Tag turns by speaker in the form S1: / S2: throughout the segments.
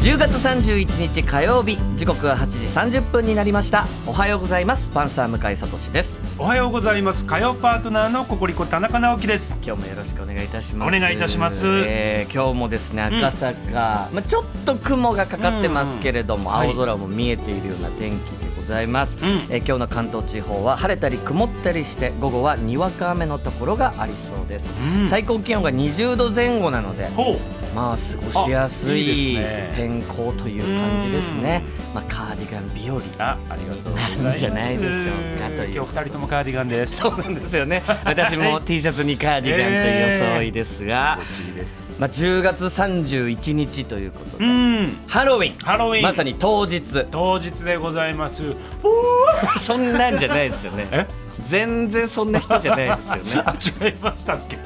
S1: 10月31日火曜日時刻は8時30分になりましたおはようございますパンサー向かいさとしです
S2: おはようございます火曜パートナーのココリコ田中直樹です
S1: 今日もよろしくお願いいたします
S2: お願いいたします
S1: えー今日もですね赤坂、まあ、ちょっと雲がかかってますけれども、
S2: うんうん
S1: 青空も見えているような天気でございます、
S2: うん
S1: えー今日の関東地方は晴れたり曇ったりして午後はにわか雨のところがありそうです、
S2: うん
S1: 最高気温が20度前後なので
S2: ほう
S1: まあ過ごしやす
S2: あい
S1: い
S2: いですね
S1: 天候という感じですねまあカーディガン日和
S2: あありがとうござい
S1: な
S2: ま
S1: るん
S2: す
S1: じゃないでしょうかという
S2: 今日二人ともカーディガンです
S1: そうなんですよね私も T シャツにカーディガンという装いですが、
S2: いいです
S1: まあ、10月31日ということで、
S2: うん
S1: ハロウィン
S2: ハロウィン
S1: まさに当日
S2: 当日でございますふう
S1: そんなんじゃないですよね
S2: え
S1: 全然そんな人じゃないですよね
S2: あ違いましたっ け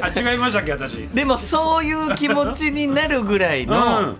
S2: あ違いましたっけ私
S1: でもそういう気持ちになるぐらいの、
S2: うん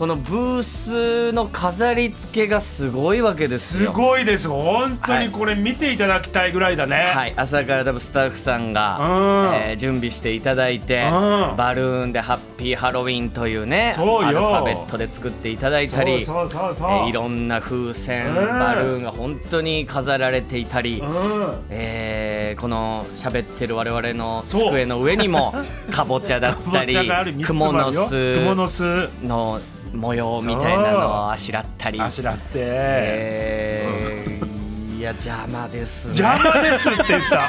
S1: このブースの飾り付けがすごいわけです
S2: す
S1: よ
S2: ごいです本当
S1: はい
S2: にこれ見ていただきたいぐらいだね、
S1: はい、朝から多分スタッフさん
S2: うん
S1: が、えー準備していただいて、
S2: うん
S1: バルーンで「ハッピーハロウィン」というね
S2: そうよ
S1: アルファベットで作っていただいたり
S2: そうそうそうそう、
S1: えーいろんな風船、
S2: うん
S1: バルーンが本当に飾られていたり、
S2: うん
S1: えーこの喋ってる我々の
S2: そう
S1: 机の上に もかぼちゃだったり
S2: かぼちゃがある三つ
S1: ク
S2: も
S1: モ
S2: あ
S1: の
S2: るよ
S1: 巣
S2: 蜘蛛の巣
S1: の模様みたいなのをあしらったり。
S2: あしらって、
S1: えーいや邪魔ですね。
S2: 邪魔ですって言った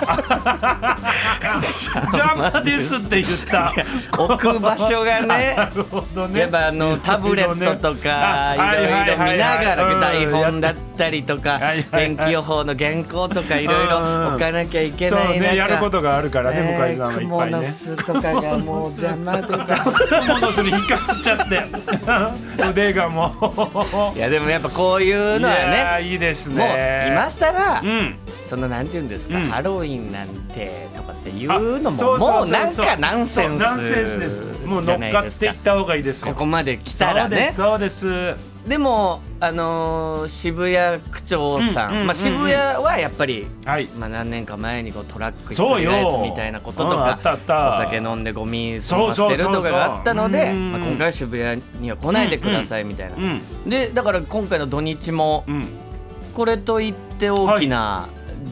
S2: 邪魔ですって言った
S1: 置く場所が ね
S2: なるほどね
S1: やっぱあのタブレットとかい
S2: あ
S1: ろいろ見なが
S2: はいはいはいは
S1: ら
S2: い
S1: 台
S2: うん
S1: 本だったりとか
S2: はいはいはい
S1: 天気予報の原稿とかいろいろ置かなきゃいけ
S2: そう
S1: ない
S2: ねやるこ
S1: 中
S2: とがあるからね、向
S1: ね
S2: 井さんはいっ
S1: 雲
S2: ぱい
S1: の
S2: ね
S1: 巣とかがもう邪 魔で邪魔
S2: 雲の巣に引っかかっちゃって腕がもう
S1: いやでもやっぱこういうのは
S2: や
S1: ね
S2: ーいいです
S1: もう
S2: ね
S1: 今更
S2: うん
S1: そのなんて言うんですか
S2: うん
S1: ハロウィンなんてとかっていうの
S2: あそ
S1: も
S2: うそう
S1: も
S2: そうう
S1: なんかナンセンス
S2: そうナンセンスですもう
S1: じ
S2: 乗
S1: ゃ
S2: っ
S1: ない
S2: か
S1: で
S2: っ
S1: す
S2: ていった方がいいです
S1: こ
S2: よ
S1: こまで来たらね
S2: そうですそうです
S1: でも、あのー渋谷区長さん、
S2: うんうんうんうん
S1: まあ、渋谷はやっぱり、
S2: はい
S1: まあ、何年か前にこうトラックひっ
S2: そ
S1: く
S2: う
S1: り
S2: よ
S1: 返すみたいなことと
S2: うん
S1: か
S2: あったあった
S1: お酒飲んでゴミ済ませてるとかがあったの
S2: そう
S1: で
S2: そうそうそううん
S1: まあ今回は渋谷には来ないでくださいみたいな、
S2: うん
S1: でだから今回の土日も
S2: うん
S1: これといって大きな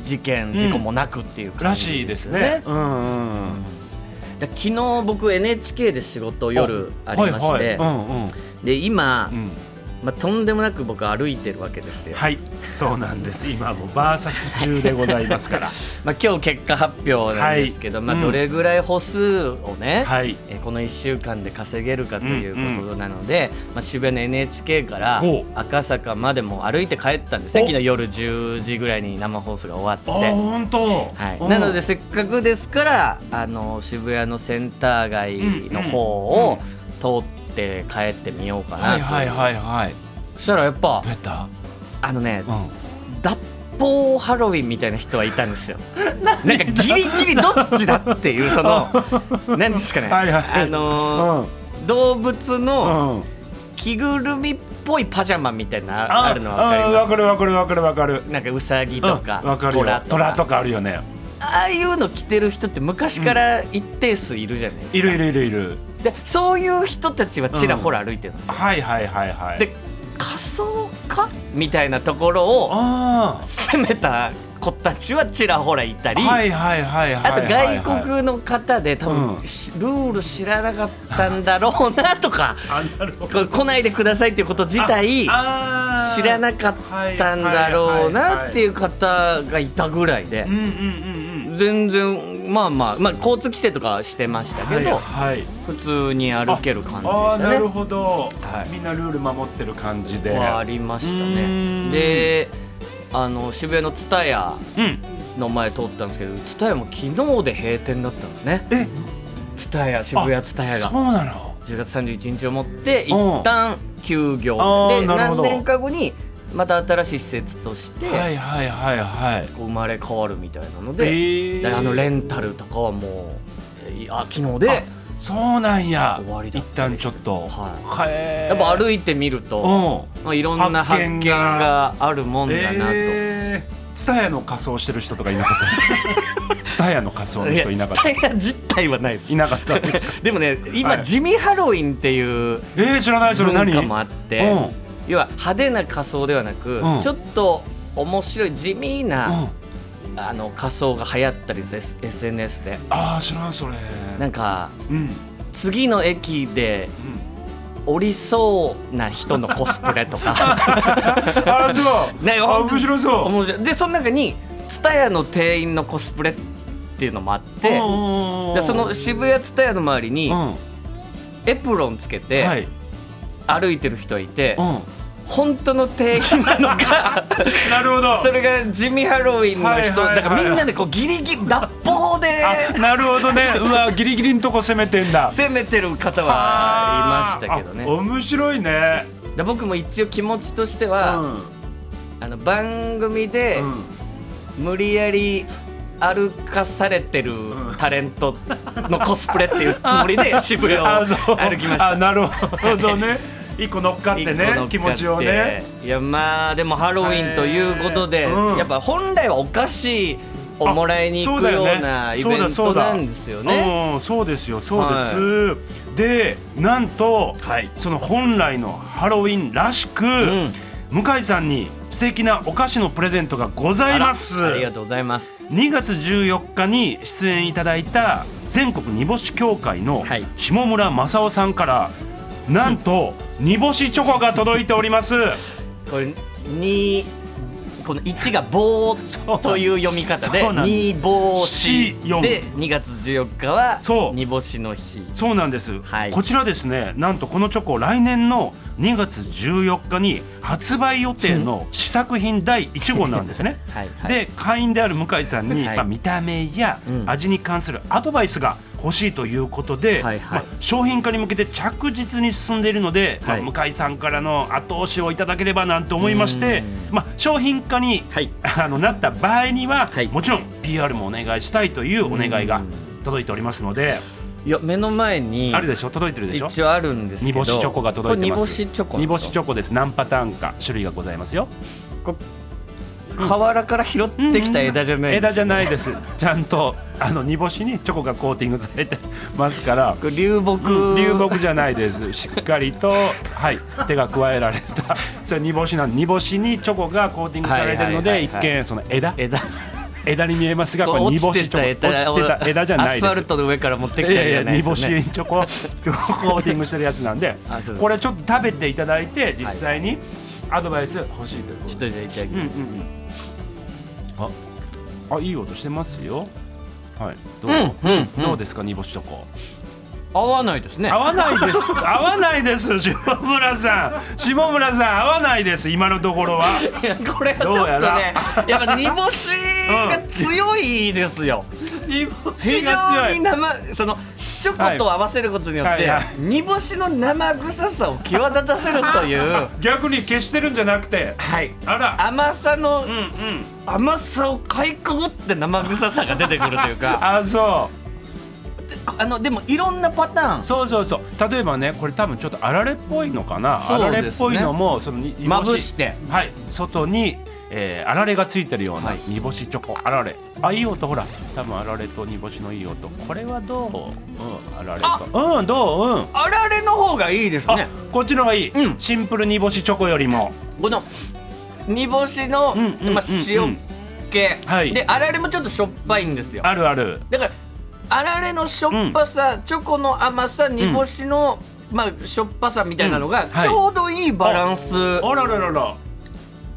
S1: 事件、
S2: うん
S1: 事故もなくっていう感
S2: ら
S1: じ
S2: しいです
S1: よ
S2: ねうんうんうん
S1: だ昨日僕 NHK で仕事を夜ありまして、
S2: はいはいうんうん
S1: で今、
S2: うん
S1: まあ、とんでもなく僕歩いてるわけですよ。
S2: はい、そうなんです。今もうバーサス中でございます から。
S1: まあ、今日結果発表なんですけど、
S2: はい
S1: まあ、
S2: うん
S1: どれぐらい歩数をね、
S2: はい。
S1: えーこの1週間で稼げるかということなので、まあ、渋谷の NHK から
S2: ほう
S1: 赤坂までも歩いて帰ったんですね
S2: お
S1: 昨日夜10時ぐらいに生放送が終
S2: あ
S1: わって。
S2: 本当。
S1: はい、
S2: うん
S1: なので、せっかくですからあの渋谷のセンター街の方を通って帰ってみようかなと、
S2: はいはいはいはい。
S1: そしたらやっぱ
S2: どうやった？
S1: あのね
S2: うん。
S1: 脱法ハロウィンみたいな人はいたん ですよ。なんかギリギリどっちだっていうそ の何ですかね、
S2: はいはい
S1: あのー動物の
S2: うん。
S1: 着ぐるみっぽいパジャマみたいなのああるの
S2: うん
S1: わか
S2: わか
S1: り
S2: るわかるわかるわかる
S1: ま。す。なんかウサギ
S2: うん
S1: と
S2: わ
S1: か,、
S2: かるよ。
S1: トラとか
S2: 虎とかあるよね。
S1: ああいうの着てる人って昔から一定数いるじゃないですか。
S2: いるいるいるいる。
S1: でそういう人たちはちらほら歩いてるんですよ。
S2: はいはいはいはい。
S1: で仮装かみたいなところを
S2: あ
S1: 攻めた子たちはちらほらいた
S2: あ。
S1: り。
S2: はいはいはいはい。
S1: あと外。国の方で多
S2: う
S1: 分
S2: ん
S1: しルール知らなかったんだろうなとか
S2: あなるほど。
S1: こ来ないでくださいっていうこと自体
S2: あ。
S1: 知らなかったんだろうなっていうう方がいたぐらいで
S2: うんうんうんうん。
S1: 全然まあまあまあ交通規制とかしてましたけど、
S2: はいはい
S1: 普通に歩ける感じで
S2: ああ
S1: した
S2: なる
S1: ね。
S2: ほど、
S1: はい
S2: みんなルール守ってる感じで
S1: はありました
S2: うー
S1: ね。
S2: ん
S1: であの渋谷の蔦屋
S2: うん
S1: の前通ったんですけど蔦屋も昨日で閉店だったんですね。
S2: え
S1: 蔦屋渋谷蔦屋が
S2: そうなの
S1: 10月31日をもって
S2: うん
S1: 一旦休業
S2: あー
S1: で
S2: な
S1: 何
S2: るほど
S1: 年か後にまた新しい施設として
S2: はいはいはいはい
S1: こう生まれ変わるみたいなの
S2: え
S1: で、
S2: ー
S1: であのレンタルとかはもういあ昨日で
S2: そうなんや
S1: 終わりだ
S2: 一
S1: った
S2: 旦
S1: りして
S2: ちょっと
S1: は
S2: はえ
S1: やっぱ
S2: る
S1: 歩いてみると、
S2: うん
S1: まあ、いろんな発
S2: 発
S1: 見
S2: 見が
S1: があるもんだなと。
S2: えー、ツタヤの仮装してる人とかいなかったですかツタヤの仮装の
S1: いや
S2: 人いなかった
S1: 蔦屋実態はないです
S2: いなかったですか
S1: でもね今、
S2: はい
S1: 地味ハロウィンっていう
S2: えー、知らないそれ何
S1: 文化もあって、要は派手な仮装ではなく、
S2: うん
S1: ちょっと面白い地味
S2: うん、う
S1: な、
S2: ん、
S1: あの仮装が流行ったりです S- SNS で
S2: ああ知らんそれ
S1: なんか
S2: うんうん
S1: 次の駅で降りそうな人のコスプレとか
S2: ああそう
S1: ね
S2: あ
S1: ほんと
S2: 面白そう
S1: 面白いでその中に蔦屋の店員のコスプレっていうのもあってで
S2: で
S1: その渋谷蔦屋の周りに
S2: うん
S1: エプロンつけ
S2: は
S1: て
S2: い
S1: 歩いてる人がいて、
S2: うん
S1: 本当の店員なの か
S2: なる ほど
S1: それが地味ハロウィンの人
S2: はいはいはいはい
S1: だからみんなでこうギリギリ脱法で
S2: あなるほどねうわギリギリのとこ攻めてんだ
S1: 攻めてる方はいましたけどね
S2: あ面白いね
S1: で僕も一応気持ちとしては、あの番組で
S2: うんうん
S1: 無理やり歩かされてるタレントのコスプレっていうつもりで渋谷を
S2: あそう
S1: 歩きました
S2: あなるほどね一個乗っかって
S1: 一個乗っかっ
S2: ね
S1: て
S2: 気持ちをね
S1: いやまあでもハロウィンということで、
S2: うん
S1: やっぱ本来はお菓子をもらいに行
S2: あそう
S1: く
S2: だよ
S1: よ
S2: ね
S1: うなイ
S2: そう
S1: ベ
S2: だ
S1: ン
S2: そ
S1: ト
S2: うだ
S1: なんですよね。
S2: うんそうですよそうです、でなんと
S1: はい。
S2: その本来のハロウィンらしく、
S1: うん。
S2: 向井さんに素敵なお菓子のプレゼントがございます
S1: ありがとうございます。
S2: 2月14日に出演いただいた全国煮干し協会の
S1: はい
S2: 下村正夫さんからなんと煮干しチョコが届いております
S1: これ二この一が棒という読み方で
S2: そうなんです
S1: 二棒し
S2: 四四
S1: で二月十四日は
S2: そう
S1: 煮干しの日。
S2: そうなんです、
S1: はい
S2: こちらですねなんとこのチョコ来年の2月14日に発売予定の試作品第1号なんですね
S1: はいはい
S2: で会員である向井さんに、
S1: はい
S2: まあ、見た目や
S1: うん
S2: 味に関するアドバイスが欲しいということで、
S1: はいはい
S2: まあ商品化に向けて着実に進んでいるので、
S1: はい
S2: まあ向井さんからの後押しをいただければなんて思いまして
S1: う、
S2: まあ、商品化に
S1: はい。
S2: あのなった場合には、
S1: はい
S2: もちろん PR もお願いしたいというお願いが届いておりますので。
S1: いや目の前に
S2: あるでしょ届いてるでしょ
S1: 一応あるんですけ
S2: 煮
S1: ど。
S2: 干しチョコが届いてます
S1: これ煮干しチョコなんですか。
S2: 煮干しチョコです何パターンか種類がございますよ
S1: 河原から拾ってきた枝じゃないです、
S2: 枝じゃないですちゃんとあの煮干しにチョコがコーティングされてますから
S1: これ流木、
S2: うん流木じゃないですしっかりと、 はい、手が加えられたそれ煮干しなん煮干しにチョコがコーティングされてるので、
S1: はいはいはいはい
S2: 一見その枝
S1: 枝
S2: 枝に見えますがこれ
S1: 落
S2: 煮
S1: ち
S2: 干
S1: て
S2: しチョ
S1: た枝
S2: コ落ちてた枝じゃない
S1: アスフ
S2: で
S1: ァ
S2: す
S1: ルトの上から持ってきた
S2: いやい
S1: 枝じ
S2: や
S1: ゃない
S2: 煮
S1: です
S2: 干
S1: よ
S2: し
S1: ね
S2: チョコチョココーティングしてるやつなんで
S1: あそうです
S2: これちょっと食べていただいて実際にアドバイス欲しいということ
S1: ちょっ
S2: で、
S1: とじゃあいただき
S2: うんう
S1: ま
S2: んうんああいい音してますよはいどう、
S1: うんうんうん
S2: どうですか煮干しチョコ
S1: す合わないですね
S2: 合わないです 合わないです下村さん下村さん合わないです今のところ はい
S1: やこれはちょっ
S2: どうやら
S1: とねやっぱ煮干しが強いですよ、
S2: 煮干
S1: 非
S2: しが
S1: 常
S2: 強
S1: に
S2: い
S1: 生そのチョコと合わせることによって、
S2: はいはい
S1: 煮干しの生臭さを際立たせるという
S2: 逆に消してるんじゃなくて
S1: はい
S2: あら
S1: 甘さの、
S2: うんうん
S1: 甘さをかいくぐって生臭さが出てくるという か
S2: あそう
S1: あのでもいろんなパターン
S2: そうそうそう例えばねこれ多分ちょっとあられっぽいのかな、
S1: そ
S2: あ
S1: うですね
S2: られっぽいのもそのに煮
S1: ま
S2: 干
S1: ぶして
S2: はい外に、えーあられがついてるような煮干しチョコあられあいい音ほら多分あられと煮干しのいい音これはどううんあられとうんどううん
S1: あられの方がいいです
S2: あ、
S1: ね
S2: こっちの方がいい、
S1: うん
S2: シンプル煮干しチョコよりも
S1: この煮干しの、
S2: うんうん
S1: まあ
S2: うんうん、
S1: 塩気、
S2: はい
S1: であられもちょっとしょっぱいんですよ
S2: あるある
S1: だからあられのしょっぱさ、チョコの甘さ煮干しの、まあ、しょっぱさみたいなのが、
S2: うんはい
S1: ちょうどいいバランス
S2: あらららら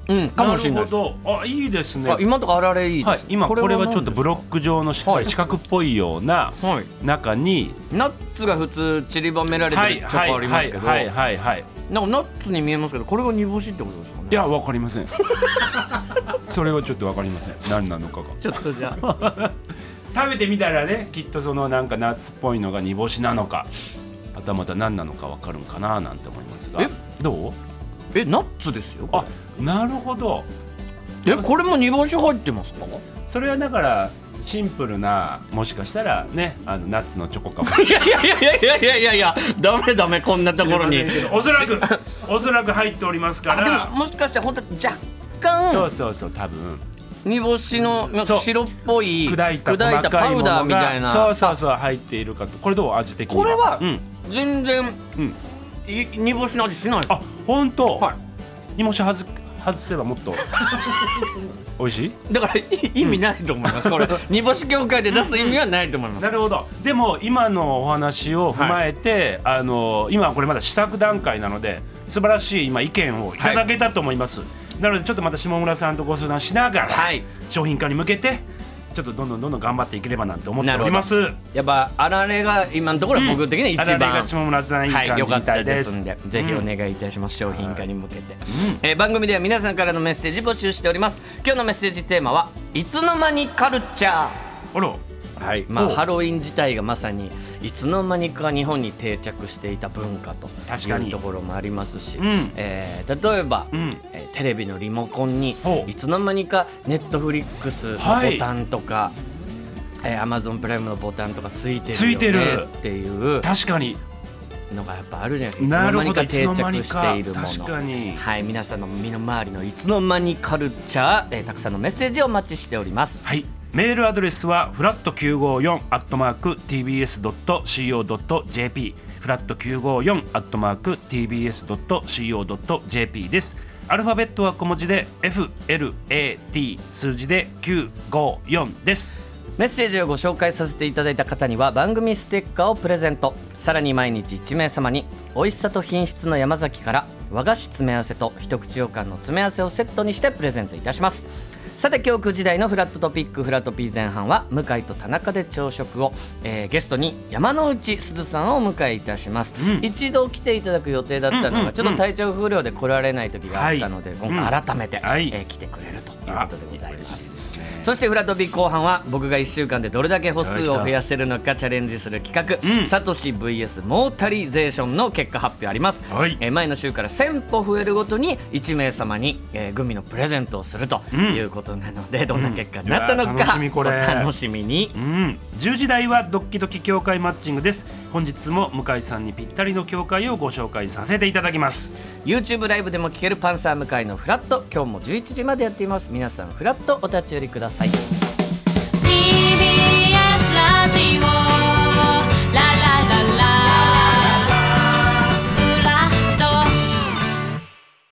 S1: うんかもしれない
S2: るほどあいいですね
S1: あ今のとかあられいいです、
S2: はい、今これはちょっとブロ
S1: ッ
S2: ック状のし
S1: はい
S2: 四角っぽいような
S1: クはい
S2: 中に
S1: ナッツが普通散りばめられて
S2: はい
S1: るチョ
S2: はい
S1: コありま
S2: は
S1: す
S2: い
S1: けど、
S2: はいはいはい
S1: なんかナッツに見えますけどこれが煮干しってことですかね
S2: いやわかりません それはちょっとわかりません何なのかが
S1: ちょっとじゃあ
S2: 食べてみたらねきっとそのなんかナッツっぽいのが煮干しなのかはたまた何なのかわかるんかななんて思いますが
S1: え
S2: どう
S1: えナッツですよ
S2: あなるほど
S1: えこれも煮干し入ってますか
S2: それはだからシンプルなもしかしたらねあのナッツのチョコかも
S1: いやいやいやいやいやいやいやダメダメこんなところに
S2: おそらくおそらく入っておりますか
S1: あ
S2: ら
S1: でももしかして本当若
S2: そ
S1: 干
S2: うそうそう多分
S1: 煮干しのなん
S2: そ
S1: か
S2: う
S1: 白っぽい
S2: 砕いた
S1: 砕いた
S2: 細か
S1: パ
S2: い
S1: ウ
S2: ものが
S1: ダーみたいな
S2: そうそうそう入っているかとこれどう味的には
S1: これは
S2: うん
S1: 全然
S2: うん
S1: い煮干しの味しないです
S2: あ本当
S1: は
S2: 煮干し外外せばもっ と美味しい
S1: だからい意味ないと思います、これ 煮干し業界で出す意味はないと思います、
S2: なるほどでも今のお話を踏まえて、あの今はこれまだ試作段階なので素晴らしい今意見をいただけたと思います、なのでちょっとまた下村さんとご相談しながら、
S1: はい
S2: 商品化に向けてちょっとどんどんどんどん頑張っていければなんて思っております
S1: やっぱあられが今のところは僕的には一
S2: あられ
S1: 番、
S2: が下村さんいい
S1: は
S2: 感
S1: い、
S2: じ
S1: 良か
S2: み
S1: ったた
S2: いで,、
S1: ですすんで、ぜひお願いいたします。商品化に向けて、えー番組では皆さんからのメッセージ募集しております。今日のメッセージテーマは、いつの間にカルチャー。
S2: あら
S1: はい、まあ、
S2: おう
S1: ハロウィン自体がまさにいつの間にか日本に定着していた文化と
S2: 確か
S1: い
S2: に
S1: うところもありますし、
S2: ん
S1: えー例えば、
S2: うん
S1: えーテレビのリモコンに
S2: ほう
S1: いつの間にかネットフリックスの
S2: は
S1: ボ
S2: い
S1: タンとか、えー Amazon プライムのボタンとかついて
S2: ついて
S1: る
S2: る
S1: よねっていう
S2: 確かに
S1: のがやっぱあるじゃないですか
S2: ない
S1: つの間
S2: るほ
S1: に
S2: ど
S1: か
S2: いつ
S1: 定
S2: の間に
S1: 着し
S2: か
S1: ているもの
S2: 確かに
S1: はい皆さんの身の回りのいつの間にカルチャー、えーたくさんのメッセージをお待ちしております
S2: はい。メールアドレスはフラット九五四アットマーク tbs ドット co ドット jp フラット九五四アットマーク tbs ドット co ドット jp です。アルファベットは小文字で F L A T 数字で九五四です。
S1: メッセージをご紹介させていただいた方には番組ステッカーをプレゼントさらに毎日1名様に美味しさと品質の山崎から和菓子詰め合わせと一口羊羹の詰め合わせをセットにしてプレゼントいたしますさて今日9時台のフラットトピックフラットピー前半は向井と田中で朝食を、えーゲストに山之内すずさんをお迎えいたします、
S2: ん
S1: 一度来ていただく予定だった
S2: うんうん
S1: の
S2: うん
S1: がちょっと体調不良で来られない時があったので、
S2: はい
S1: 今回改めて、
S2: うんはい
S1: えー来てくれるということでございますそして裏飛び後半は僕が1週間でどれだけ歩数を増やせるのかチャレンジする企画、
S2: うん
S1: サトシ VS モータリゼーションの結果発表あります、
S2: はい
S1: えー前の週から1000歩増えるごとに1名様に、えーグミのプレゼントをするということなので、どんな結果になったの
S2: うんいやー
S1: か、
S2: 楽しみ
S1: お
S2: これ
S1: 楽しみに
S2: うん。十時台はドッキドキ協会マッチングです。本日も向井さんにぴったりの協会をご紹介させていただきます。
S1: YouTube ライブでも聴けるパンサー向井のフラット今日も11時までやっています皆さんフラットお立ち寄りください